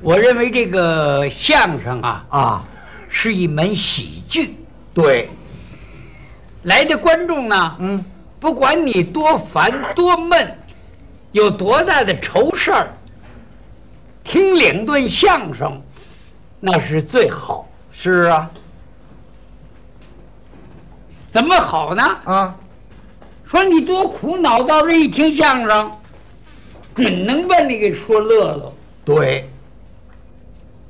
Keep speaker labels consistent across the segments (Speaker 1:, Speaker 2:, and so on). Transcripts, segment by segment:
Speaker 1: 我认为这个相声啊
Speaker 2: 啊，
Speaker 1: 是一门喜剧，
Speaker 2: 对，
Speaker 1: 来的观众呢，
Speaker 2: 嗯，
Speaker 1: 不管你多烦多闷，有多大的愁事儿，听两段相声，那是最好。
Speaker 2: 是啊，
Speaker 1: 怎么好呢？
Speaker 2: 啊，
Speaker 1: 说你多苦恼，到这一听相声，准能把你给说乐了。
Speaker 2: 对，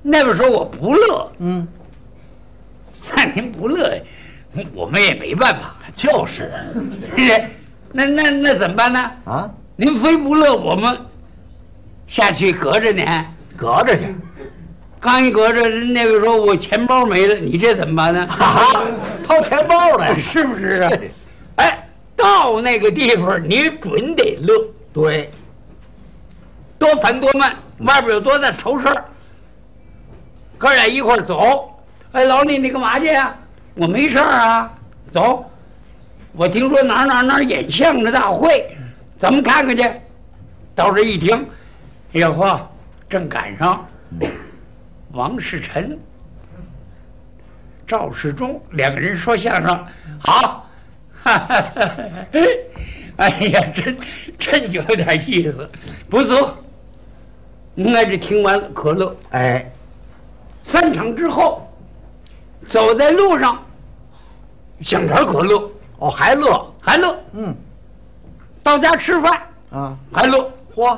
Speaker 1: 那边说我不乐，
Speaker 2: 嗯，
Speaker 1: 那您不乐，我们也没办法。
Speaker 2: 就是
Speaker 1: 那那那怎么办呢？
Speaker 2: 啊，
Speaker 1: 您非不乐，我们下去隔着您。
Speaker 2: 隔着去，
Speaker 1: 刚一隔着，人那个说我钱包没了，你这怎么办呢？
Speaker 2: 啊，掏钱包来，
Speaker 1: 是不是啊
Speaker 2: 对？
Speaker 1: 哎，到那个地方你准得乐，
Speaker 2: 对，
Speaker 1: 多烦多闷，外边有多大愁事儿，哥俩一块儿走。哎，老李，你干嘛去呀、我没事儿啊，走。我听说哪儿哪儿哪儿演相声大会，咱们看看去。到这一听，哎呦呵，正赶上王世臣、赵世忠两个人说相声，好， 哈哈哈哈哎呀，真真有点意思，不错。应该是听完了可乐，
Speaker 2: 哎，
Speaker 1: 三场之后，走在路上，想点可乐，
Speaker 2: 哦，还乐，
Speaker 1: 还乐；
Speaker 2: 嗯，
Speaker 1: 到家吃饭
Speaker 2: 啊，
Speaker 1: 还乐，
Speaker 2: 嚯，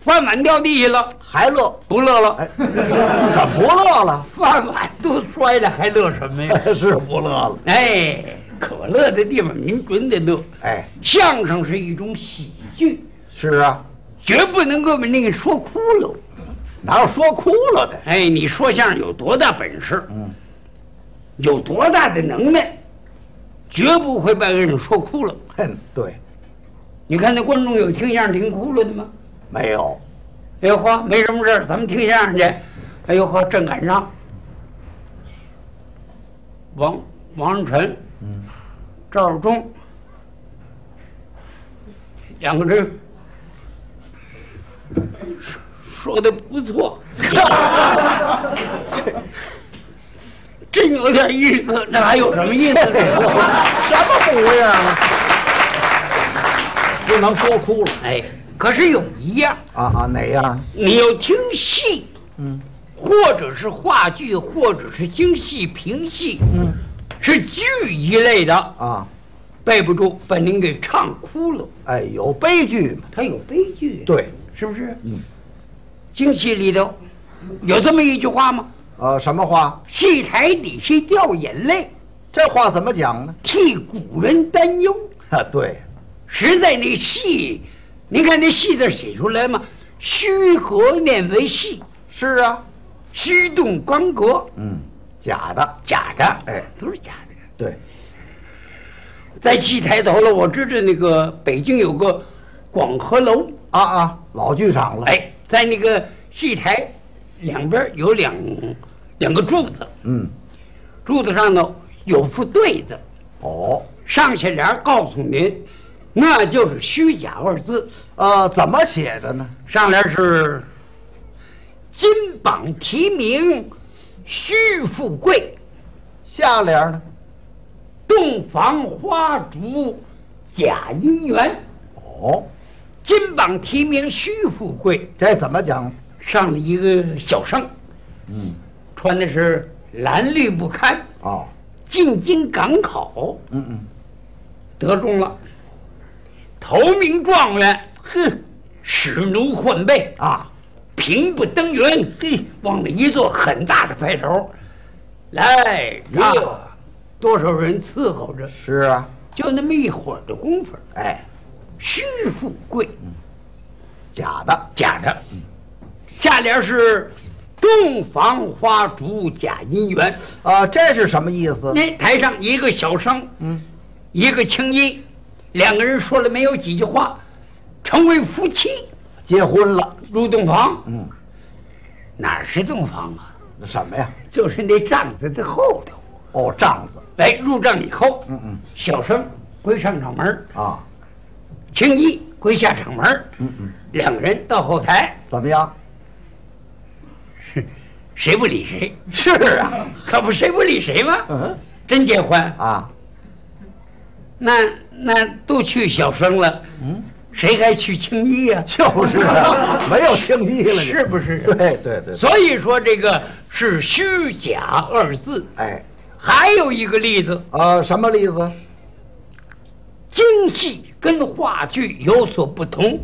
Speaker 1: 饭碗掉地下了
Speaker 2: 还乐，
Speaker 1: 不乐了，
Speaker 2: 哎，怎么不乐了？
Speaker 1: 饭碗都摔了还乐什么呀？
Speaker 2: 是不乐了，
Speaker 1: 哎，可乐的地方您准得乐。
Speaker 2: 哎，
Speaker 1: 相声是一种喜剧，
Speaker 2: 是啊，
Speaker 1: 绝不能够把那个说哭了。
Speaker 2: 哪有说哭了的？
Speaker 1: 哎，你说相声有多大本事？
Speaker 2: 嗯，
Speaker 1: 有多大的能耐，绝不会把人说哭了。
Speaker 2: 哼，对，
Speaker 1: 你看那观众有听相声听哭了的吗？
Speaker 2: 没有，
Speaker 1: 哎呦呵，没什么事儿，咱们听相声去。哎呦呵，正赶上王王晨、
Speaker 2: 嗯，
Speaker 1: 赵世忠两个人说说的不错， 真有点意思，这还有什么意思？
Speaker 2: 什么模样啊？不能说哭了
Speaker 1: 哎，可是有一样，
Speaker 2: 啊啊，哪样？
Speaker 1: 你要听戏，
Speaker 2: 嗯
Speaker 1: 或者是话剧，或者是京戏、评戏，
Speaker 2: 嗯
Speaker 1: 是剧一类的，
Speaker 2: 啊，
Speaker 1: 背不住，把您给唱哭了。
Speaker 2: 哎，有悲剧嘛？
Speaker 1: 它有悲剧，，
Speaker 2: 对，
Speaker 1: 是不是？
Speaker 2: 嗯，
Speaker 1: 京戏里头有这么一句话吗？
Speaker 2: 呃，什么话？
Speaker 1: 戏台底下掉眼泪，
Speaker 2: 这话怎么讲呢？
Speaker 1: 替古人担忧。
Speaker 2: 啊， 对，
Speaker 1: 实在那戏，您看那“戏”字写出来嘛，虚和念为戏，
Speaker 2: 是啊，
Speaker 1: 虚动刚格，
Speaker 2: 嗯，假的，
Speaker 1: 假的，
Speaker 2: 哎
Speaker 1: 都是假的。
Speaker 2: 对，
Speaker 1: 在戏台头了，我知道那个北京有个广和楼，
Speaker 2: 啊啊，老剧场了，，
Speaker 1: 哎，在那个戏台两边有两两个柱子，
Speaker 2: 嗯，
Speaker 1: 柱子上头有副对子，
Speaker 2: 哦，
Speaker 1: 上下联告诉您，那就是虚假二字。
Speaker 2: 呃，怎么写的呢？
Speaker 1: 上联是金榜题名须富贵，
Speaker 2: 下联呢？
Speaker 1: 洞房花烛假姻缘。
Speaker 2: 哦，
Speaker 1: 金榜题名须富贵，
Speaker 2: 这怎么讲？
Speaker 1: 上了一个小生，
Speaker 2: 嗯，
Speaker 1: 穿的是蓝绿不堪，
Speaker 2: 哦，
Speaker 1: 进京赶考
Speaker 2: 嗯嗯，
Speaker 1: 得中了，头名状元，哼，使奴换被，
Speaker 2: 啊，
Speaker 1: 平步登云，嘿，往里一坐，很大的派头，来
Speaker 2: 哟
Speaker 1: 呀，多少人伺候着，
Speaker 2: 是啊，
Speaker 1: 就那么一会儿的功夫，
Speaker 2: 哎，
Speaker 1: 虚富贵，
Speaker 2: 嗯假的，
Speaker 1: 假的，
Speaker 2: 嗯
Speaker 1: 下联是洞房花烛假姻缘。
Speaker 2: 啊，这是什么意思？
Speaker 1: 那台上一个小生，
Speaker 2: 嗯，
Speaker 1: 一个青衣，两个人说了没有几句话，成为夫妻，
Speaker 2: 结婚了，
Speaker 1: 入洞房。
Speaker 2: 嗯，
Speaker 1: 哪是洞房啊？
Speaker 2: 什么呀？
Speaker 1: 就是那帐子的后头。
Speaker 2: 哦，帐子，
Speaker 1: 哎，入帐以后，
Speaker 2: 嗯嗯，
Speaker 1: 小生归上场门儿，
Speaker 2: 啊，
Speaker 1: 青衣归下场门儿。
Speaker 2: 嗯嗯，
Speaker 1: 两个人到后台
Speaker 2: 怎么样？
Speaker 1: 谁不理谁，
Speaker 2: 是啊，
Speaker 1: 可不谁不理谁吗？
Speaker 2: 嗯
Speaker 1: 真结婚，
Speaker 2: 啊，
Speaker 1: 那那都去小生了，
Speaker 2: 嗯，
Speaker 1: 谁还去青衣呀、
Speaker 2: 就是 啊，没有青衣了，
Speaker 1: 是不是？
Speaker 2: 对对对，
Speaker 1: 所以说这个是虚假二字。
Speaker 2: 哎，
Speaker 1: 还有一个例子，
Speaker 2: 啊，什么例子？
Speaker 1: 京戏跟话剧有所不同，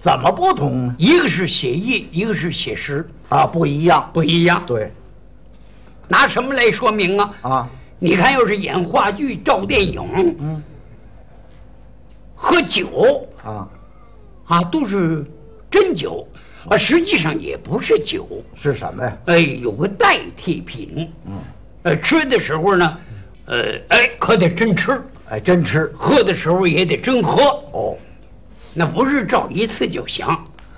Speaker 2: 怎么不同呢？
Speaker 1: 一个是写意，一个是写实，
Speaker 2: 啊，不一样，
Speaker 1: 不一样。
Speaker 2: 对
Speaker 1: 拿什么来说明啊？
Speaker 2: 啊，
Speaker 1: 你看，要是演话剧、照电影、
Speaker 2: 嗯
Speaker 1: 喝酒
Speaker 2: 啊，
Speaker 1: 啊，都是真酒啊，实际上也不是酒，
Speaker 2: 是什么呀？
Speaker 1: 哎，有个代替品。
Speaker 2: 嗯，
Speaker 1: 呃，吃的时候呢，呃，哎，可得真吃；
Speaker 2: 哎，真吃
Speaker 1: 喝的时候也得真喝，
Speaker 2: 哦，
Speaker 1: 那不是照一次就行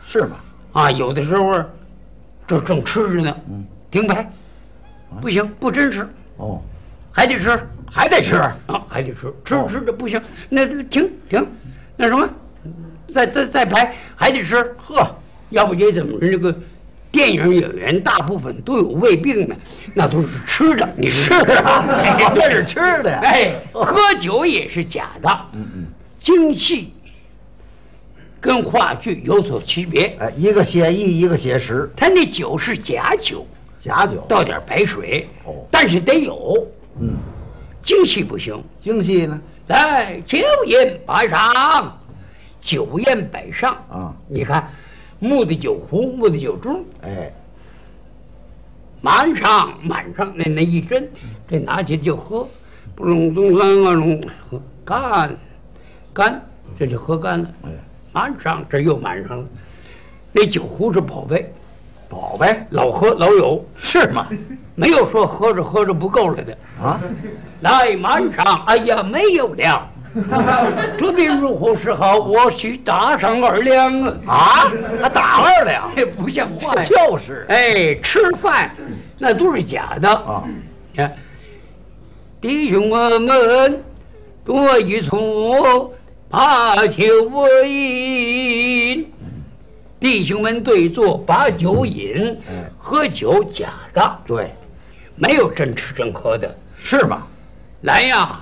Speaker 2: 是吗？
Speaker 1: 啊。有的时候，这正吃着呢，停牌，不行，不真吃，
Speaker 2: 哦，
Speaker 1: 还得吃。
Speaker 2: 还得吃，
Speaker 1: 啊，还得吃，
Speaker 2: 哦
Speaker 1: 吃着吃着不行，那那停停，那什么，再再再排还得吃，呵，要不也怎么这个电影演员大部分都有胃病呢，那都是吃的，你是
Speaker 2: 啊 那是吃的呀哦
Speaker 1: 哎，喝酒也是假的，嗯嗯，精气跟话剧有所区别，
Speaker 2: 哎，一个写意，一个写实，
Speaker 1: 他那酒是假酒，
Speaker 2: 假酒，
Speaker 1: 倒点白水
Speaker 2: 哦，
Speaker 1: 但是得有，
Speaker 2: 嗯，
Speaker 1: 精气不行。
Speaker 2: 京戏呢？
Speaker 1: 来，酒宴摆上，酒宴摆上
Speaker 2: 啊
Speaker 1: 你看，木的酒壶，木的酒盅，
Speaker 2: 哎，
Speaker 1: 满上满上，那那一斟，这拿起就喝，不隆咚啷啊隆，喝干，干，这就喝干了
Speaker 2: 哎。
Speaker 1: 满上，这又满上了。那酒壶是宝贝，
Speaker 2: 宝贝
Speaker 1: 老喝老有，
Speaker 2: 是吗？
Speaker 1: 没有说喝着喝着不够了的。
Speaker 2: 啊，
Speaker 1: 来满上，哎呀，没有 了。这病如何是好？我需打上二两啊！
Speaker 2: 啊，还打二两，
Speaker 1: 这不像话呀！
Speaker 2: 就是
Speaker 1: 哎，吃饭那都是假的
Speaker 2: 啊！
Speaker 1: 你看，弟兄们，多一从把酒饮。弟兄们对坐把酒饮
Speaker 2: 嗯，
Speaker 1: 喝酒假的，
Speaker 2: 对，
Speaker 1: 没有真吃真喝的。
Speaker 2: 是吗？
Speaker 1: 来呀，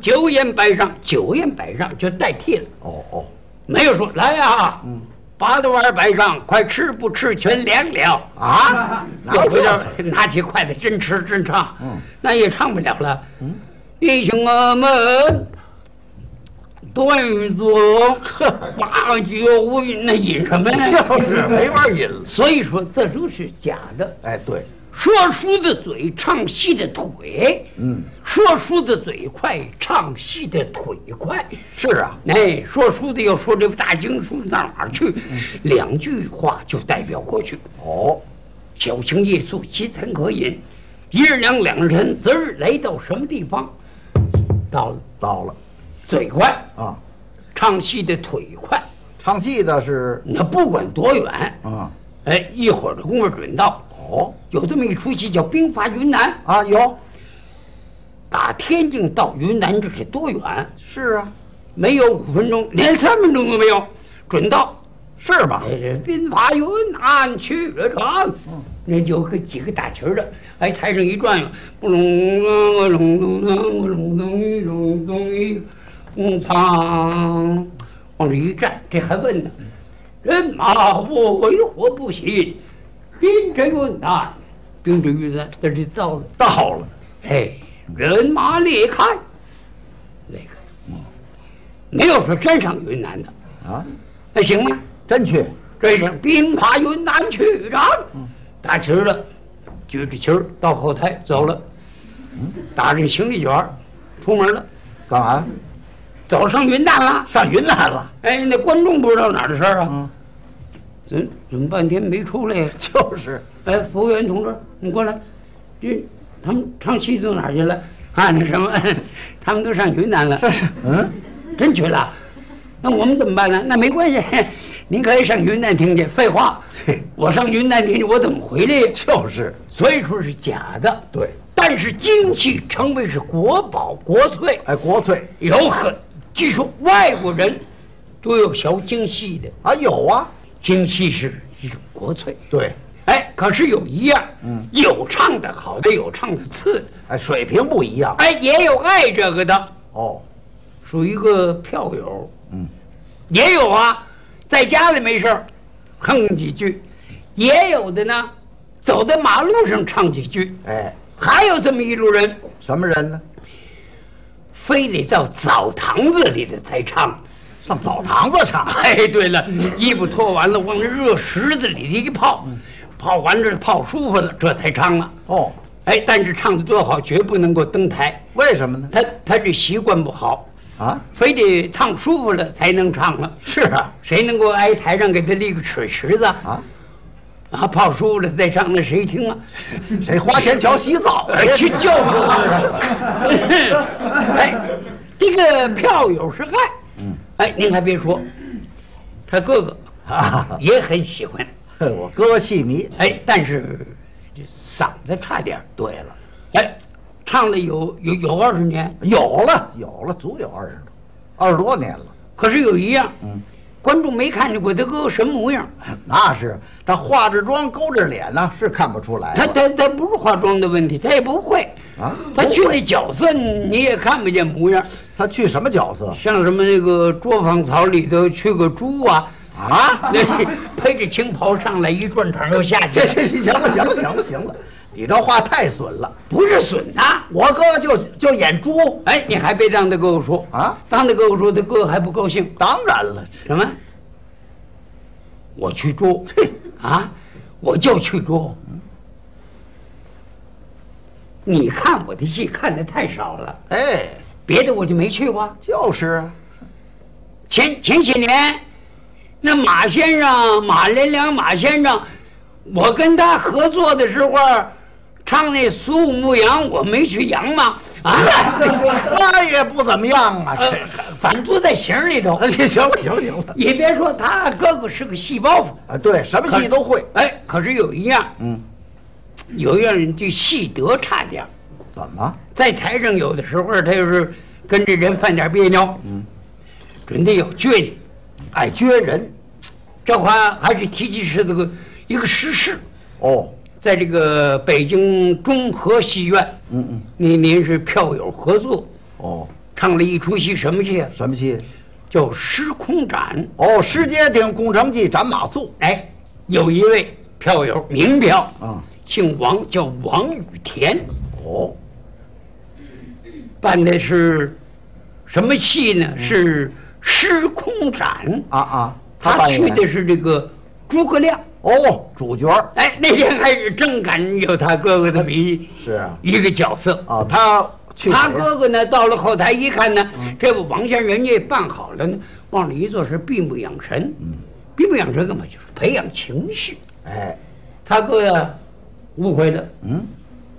Speaker 1: 酒宴摆上，酒宴摆上就代替了，
Speaker 2: 哦哦，
Speaker 1: 没有说来呀，八大碗摆上，快吃不吃全凉了。
Speaker 2: 啊，哪
Speaker 1: 要
Speaker 2: 有
Speaker 1: 不
Speaker 2: 这
Speaker 1: 就
Speaker 2: 事儿
Speaker 1: 拿起筷子真吃真唱，
Speaker 2: 嗯
Speaker 1: 那也唱不了了。弟兄们，对 坐把酒饮，那饮什么呢？
Speaker 2: 就是没法引了。
Speaker 1: 所以说这都是假的。
Speaker 2: 哎，对，
Speaker 1: 说书的嘴，唱戏的腿。
Speaker 2: 嗯，
Speaker 1: 说书的嘴快，唱戏的腿快。
Speaker 2: 是啊，
Speaker 1: 哎，说书的要说这部大经书到哪儿去，
Speaker 2: 嗯
Speaker 1: 两句话就代表过去。
Speaker 2: 哦，
Speaker 1: 小情夜宿，其曾可饮？一日两两人，择日来到什么地方？到了，
Speaker 2: 到了
Speaker 1: 嘴快，
Speaker 2: 啊，
Speaker 1: 唱戏的腿快。
Speaker 2: 唱戏的是
Speaker 1: 你不管多远，
Speaker 2: 啊，
Speaker 1: 哎，一会儿的功夫准到。
Speaker 2: 哦
Speaker 1: 有这么一出戏叫《兵伐云南》，
Speaker 2: 啊，有
Speaker 1: 打天津到云南这是多远？
Speaker 2: 是啊，
Speaker 1: 没有五分钟，连三分钟都没有，准到。
Speaker 2: 是吗？
Speaker 1: 哎，这兵法云南去了长，那有个几个打旗儿的，哎，台上一转悠，不隆啷个隆咚啷个隆咚一隆咚一，咚砰，往这一站，这还问呢，人马我为何不行？兵臣云南，兵至云南，这就到了。
Speaker 2: 到了，
Speaker 1: 哎，人马离开，那个没有说真上云南的，
Speaker 2: 啊，
Speaker 1: 那行吗？
Speaker 2: 真去
Speaker 1: 这是兵伐云南去长，打旗儿了，举着旗儿到后台走了，打着行李卷儿出门了，
Speaker 2: 干嘛？
Speaker 1: 走上云南了。
Speaker 2: 上云南了，
Speaker 1: 哎，那观众不知道哪儿的事儿啊，
Speaker 2: 嗯，
Speaker 1: 怎怎么半天没出来呀？
Speaker 2: 就是
Speaker 1: 哎，服务员同志，你过来，这他们唱戏都哪儿去了？啊，那什么，他们都上云南了。
Speaker 2: 嗯，
Speaker 1: 真去了，那我们怎么办呢？那没关系，您可以上云南听去。废话
Speaker 2: 嘿，
Speaker 1: 我上云南听去，我怎么回来呀？
Speaker 2: 就是
Speaker 1: 所以说是假的。
Speaker 2: 对，
Speaker 1: 但是精气成为是国宝国粹，
Speaker 2: 哎，国粹
Speaker 1: 有很，据说外国人都有学精细的，
Speaker 2: 啊，有啊，
Speaker 1: 精细是一种国粹。
Speaker 2: 对，
Speaker 1: 哎，可是有一样，
Speaker 2: 嗯
Speaker 1: 有唱的好的，有唱的次的，
Speaker 2: 哎，水平不一样。
Speaker 1: 哎，也有爱这个的，
Speaker 2: 哦，
Speaker 1: 属于一个票友，
Speaker 2: 嗯，
Speaker 1: 也有啊，在家里没事儿，哼几句，也有的呢，走在马路上唱几句，
Speaker 2: 哎，
Speaker 1: 还有这么一路人，
Speaker 2: 什么人呢？
Speaker 1: 非得到澡堂子里头才唱。
Speaker 2: 上澡堂子唱。
Speaker 1: 哎，对了，衣服脱完了，往那热石子里一泡，泡完这泡舒服了，这才唱了。
Speaker 2: 哦，
Speaker 1: 哎，但是唱的多好，绝不能够登台，
Speaker 2: 为什么呢？
Speaker 1: 他他这习惯不好，
Speaker 2: 啊，
Speaker 1: 非得唱舒服了才能唱了。
Speaker 2: 是啊，
Speaker 1: 谁能够挨台上给他立个水池子啊？
Speaker 2: 啊，
Speaker 1: 啊，泡舒服了再唱，那谁听啊？
Speaker 2: 谁花钱瞧洗澡
Speaker 1: 哎
Speaker 2: 去？
Speaker 1: 去就是我。哎，这个票友是爱，嗯，哎，您还别说，他哥哥
Speaker 2: 啊，
Speaker 1: 也很喜欢，
Speaker 2: 我哥戏迷。
Speaker 1: 哎，但是这嗓子差点儿，
Speaker 2: 对了，
Speaker 1: 哎，唱了有有有二十年，
Speaker 2: 有了，有了，足有二十多，二十多年了。
Speaker 1: 可是有一样，
Speaker 2: 嗯，哎
Speaker 1: 观众没看见过他哥哥什么模样，
Speaker 2: 那是他化着妆、勾着脸呢，是看不出来
Speaker 1: 他
Speaker 2: 了。
Speaker 1: 他他不是化妆的问题，他也不会
Speaker 2: 啊
Speaker 1: 他去
Speaker 2: 不
Speaker 1: 那
Speaker 2: 会
Speaker 1: 角色你也看不见模样，
Speaker 2: 他去什么角色
Speaker 1: 像什么那个作坊草里头去个猪啊。
Speaker 2: 啊？
Speaker 1: 那披着青袍上来一转场又下去
Speaker 2: 行，行行，行了，行了，行了，行了，你这话太损了。
Speaker 1: 不是损呐、
Speaker 2: 我哥就就演猪，
Speaker 1: 哎，你还别当他哥哥说
Speaker 2: 啊
Speaker 1: 当他哥哥说，他哥哥还不高兴。
Speaker 2: 当然了，
Speaker 1: 什么？我去捉？啊，我就去捉。你看我的戏看的太少了，
Speaker 2: 哎，
Speaker 1: 别的我就没去过。
Speaker 2: 就是啊，
Speaker 1: 前前些年，那马先生、马连良、马先生，我跟他合作的时候，唱那《苏武牧羊》，我没去羊嘛，啊，
Speaker 2: 那哎也不怎么样啊。
Speaker 1: 呃
Speaker 2: 这
Speaker 1: 反正都在形儿里头。
Speaker 2: 行了，行了，行了，
Speaker 1: 也别说他哥哥是个细包袱，
Speaker 2: 啊，对，什么戏都会。
Speaker 1: 哎，可是有一样，
Speaker 2: 嗯，
Speaker 1: 有一样人就戏德差点儿，
Speaker 2: 怎么？
Speaker 1: 在台上有的时候他就是跟这人犯点别扭，嗯，准得有倔你。
Speaker 2: 爱撅人
Speaker 1: 这话还是提起是这个一个时事，
Speaker 2: 哦，
Speaker 1: 在这个北京中和戏院，
Speaker 2: 嗯嗯，
Speaker 1: 那您是票友合作，
Speaker 2: 哦，
Speaker 1: 唱了一出戏，什么戏啊？
Speaker 2: 什么戏？
Speaker 1: 叫《时空展》。
Speaker 2: 哦，《石阶顶工程记》斩马谡。
Speaker 1: 哎，有一位票友，名票，
Speaker 2: 嗯，
Speaker 1: 姓王，叫王雨田，
Speaker 2: 哦，
Speaker 1: 办的是什么戏呢？
Speaker 2: 嗯
Speaker 1: 是《时空展》，
Speaker 2: 啊啊，
Speaker 1: 他
Speaker 2: 扮演
Speaker 1: 去的是这个诸葛亮。
Speaker 2: 哦，主角儿
Speaker 1: 哎，那天还是真敢有他哥哥这么一
Speaker 2: 是啊
Speaker 1: 一个角色。
Speaker 2: 啊，他去嗯
Speaker 1: 他
Speaker 2: 谁呀
Speaker 1: 哥哥呢，到了后台一看呢，这个王先生人家办好了呢，往里一坐是闭目养神。
Speaker 2: 嗯
Speaker 1: 闭目养神干嘛？就是培养情绪。
Speaker 2: 哎，
Speaker 1: 他哥呀，误会了，
Speaker 2: 嗯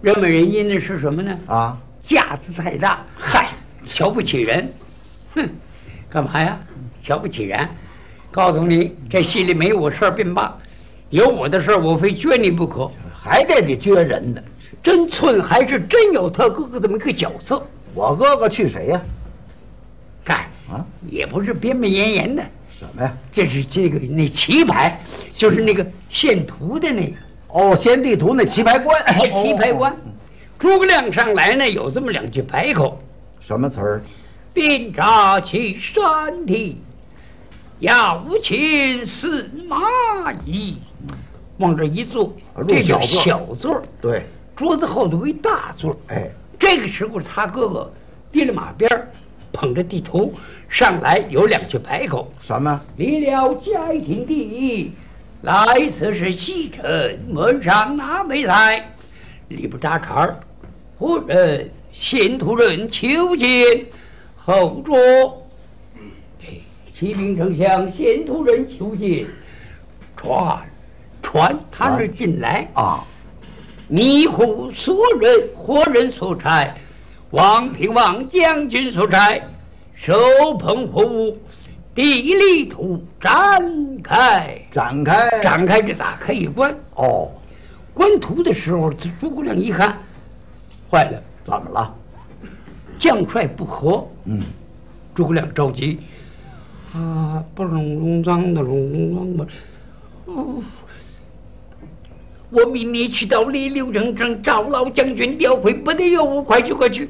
Speaker 1: 认为人家那是什么呢？
Speaker 2: 啊，
Speaker 1: 架子太大，嗨，瞧不起人，哼，干嘛呀？瞧不起人？告诉你，这戏里没有我事儿便罢，有我的事儿，我非撅你不可。
Speaker 2: 还得得撅人呢。
Speaker 1: 真寸还是真有他哥哥这么一个角色，
Speaker 2: 我哥哥去谁呀？
Speaker 1: 嗨，
Speaker 2: 啊，
Speaker 1: 哎也不是边边沿沿的，
Speaker 2: 什么呀？
Speaker 1: 这是这个那棋牌，就是那个献图的那个
Speaker 2: 哦，先地图那棋牌官，
Speaker 1: 哎棋牌官
Speaker 2: 哦，
Speaker 1: 诸葛亮上来呢，有这么两句牌口。
Speaker 2: 什么词儿？
Speaker 1: 遍察其山体，要擒司马懿。往这一坐
Speaker 2: 啊，入
Speaker 1: 这叫
Speaker 2: 小
Speaker 1: 小座儿，
Speaker 2: 对，
Speaker 1: 桌子后头为大座儿。
Speaker 2: 哎，
Speaker 1: 这个时候他哥哥提了马鞭儿，捧着地图上来，有两句牌口：
Speaker 2: 什么？
Speaker 1: 离了家庭地，来此是西城，门上哪没台？里不扎茬儿，夫人信徒人求见，后桌。哎启禀丞相，信徒人求见。传，传，他是进来
Speaker 2: 啊，
Speaker 1: 迷糊所人，活人所差，王平王将军所差，手捧火物，地利图展开，
Speaker 2: 展开。
Speaker 1: 展开这打开一关，
Speaker 2: 哦，
Speaker 1: 关图的时候，这诸葛亮一看，坏了，
Speaker 2: 怎么了？
Speaker 1: 将帅不和，
Speaker 2: 嗯，
Speaker 1: 诸葛亮着急，啊，不隆隆脏的隆隆脏的，哦，我命你去到李柳城城找老将军调回，不得有误，快去快去，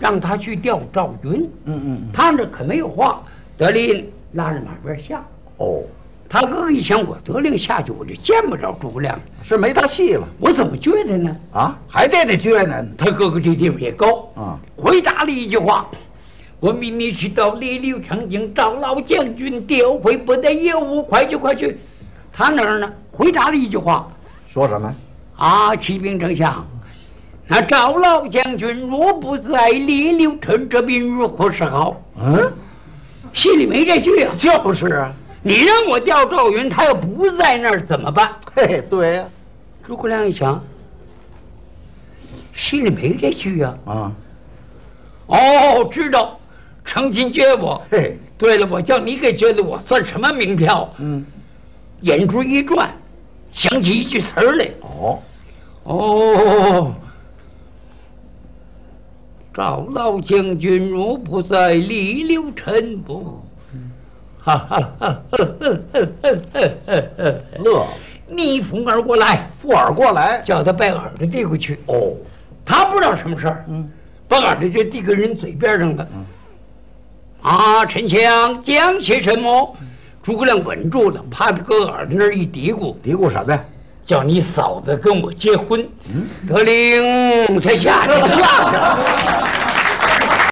Speaker 1: 让他去调赵云。
Speaker 2: 嗯嗯
Speaker 1: 他那可没有话。德林拉着马鞭下，
Speaker 2: 哦，
Speaker 1: 他哥哥一想，我德令下去，我就见不着诸葛亮了，
Speaker 2: 是没他戏了
Speaker 1: 我怎么觉得呢？
Speaker 2: 啊，还惦记撅呢。
Speaker 1: 他哥哥这地方也高
Speaker 2: 啊
Speaker 1: 回答了一句话：“我命你去到李柳城营找老将军调回不得业务，快去快去。”他那儿呢回答了一句话
Speaker 2: 说什么？：“
Speaker 1: 啊，骑兵丞相，那赵老将军若不在李柳城这边如何是好
Speaker 2: 嗯，？”
Speaker 1: 心里没这句啊。
Speaker 2: 就是啊，
Speaker 1: 你让我调赵云，他要不在那儿怎么办？
Speaker 2: 嘿，对呀、
Speaker 1: 诸葛亮一想，心里没这句啊。
Speaker 2: 啊，
Speaker 1: 哦，知道，成亲撅我。
Speaker 2: 嘿，
Speaker 1: 对了，我叫你给撅的，我算什么名票？
Speaker 2: 嗯，
Speaker 1: 眼珠一转，想起一句词儿来。
Speaker 2: 哦，
Speaker 1: 哦，赵老将军若不在，李柳臣不。哈哈哈哈哈！
Speaker 2: 乐了
Speaker 1: 逆风而过来，
Speaker 2: 附耳过来，
Speaker 1: 叫他把耳朵递过去。
Speaker 2: 哦，
Speaker 1: 他不知道什么事儿，
Speaker 2: 嗯，
Speaker 1: 把耳朵就递给人嘴边上了。啊，丞相讲些什么？哦诸葛亮稳住了，趴在哥耳朵那儿一嘀咕
Speaker 2: 嘀咕什么呀？：“
Speaker 1: 叫你嫂子跟我结婚。得令，他下去了，
Speaker 2: 下去了。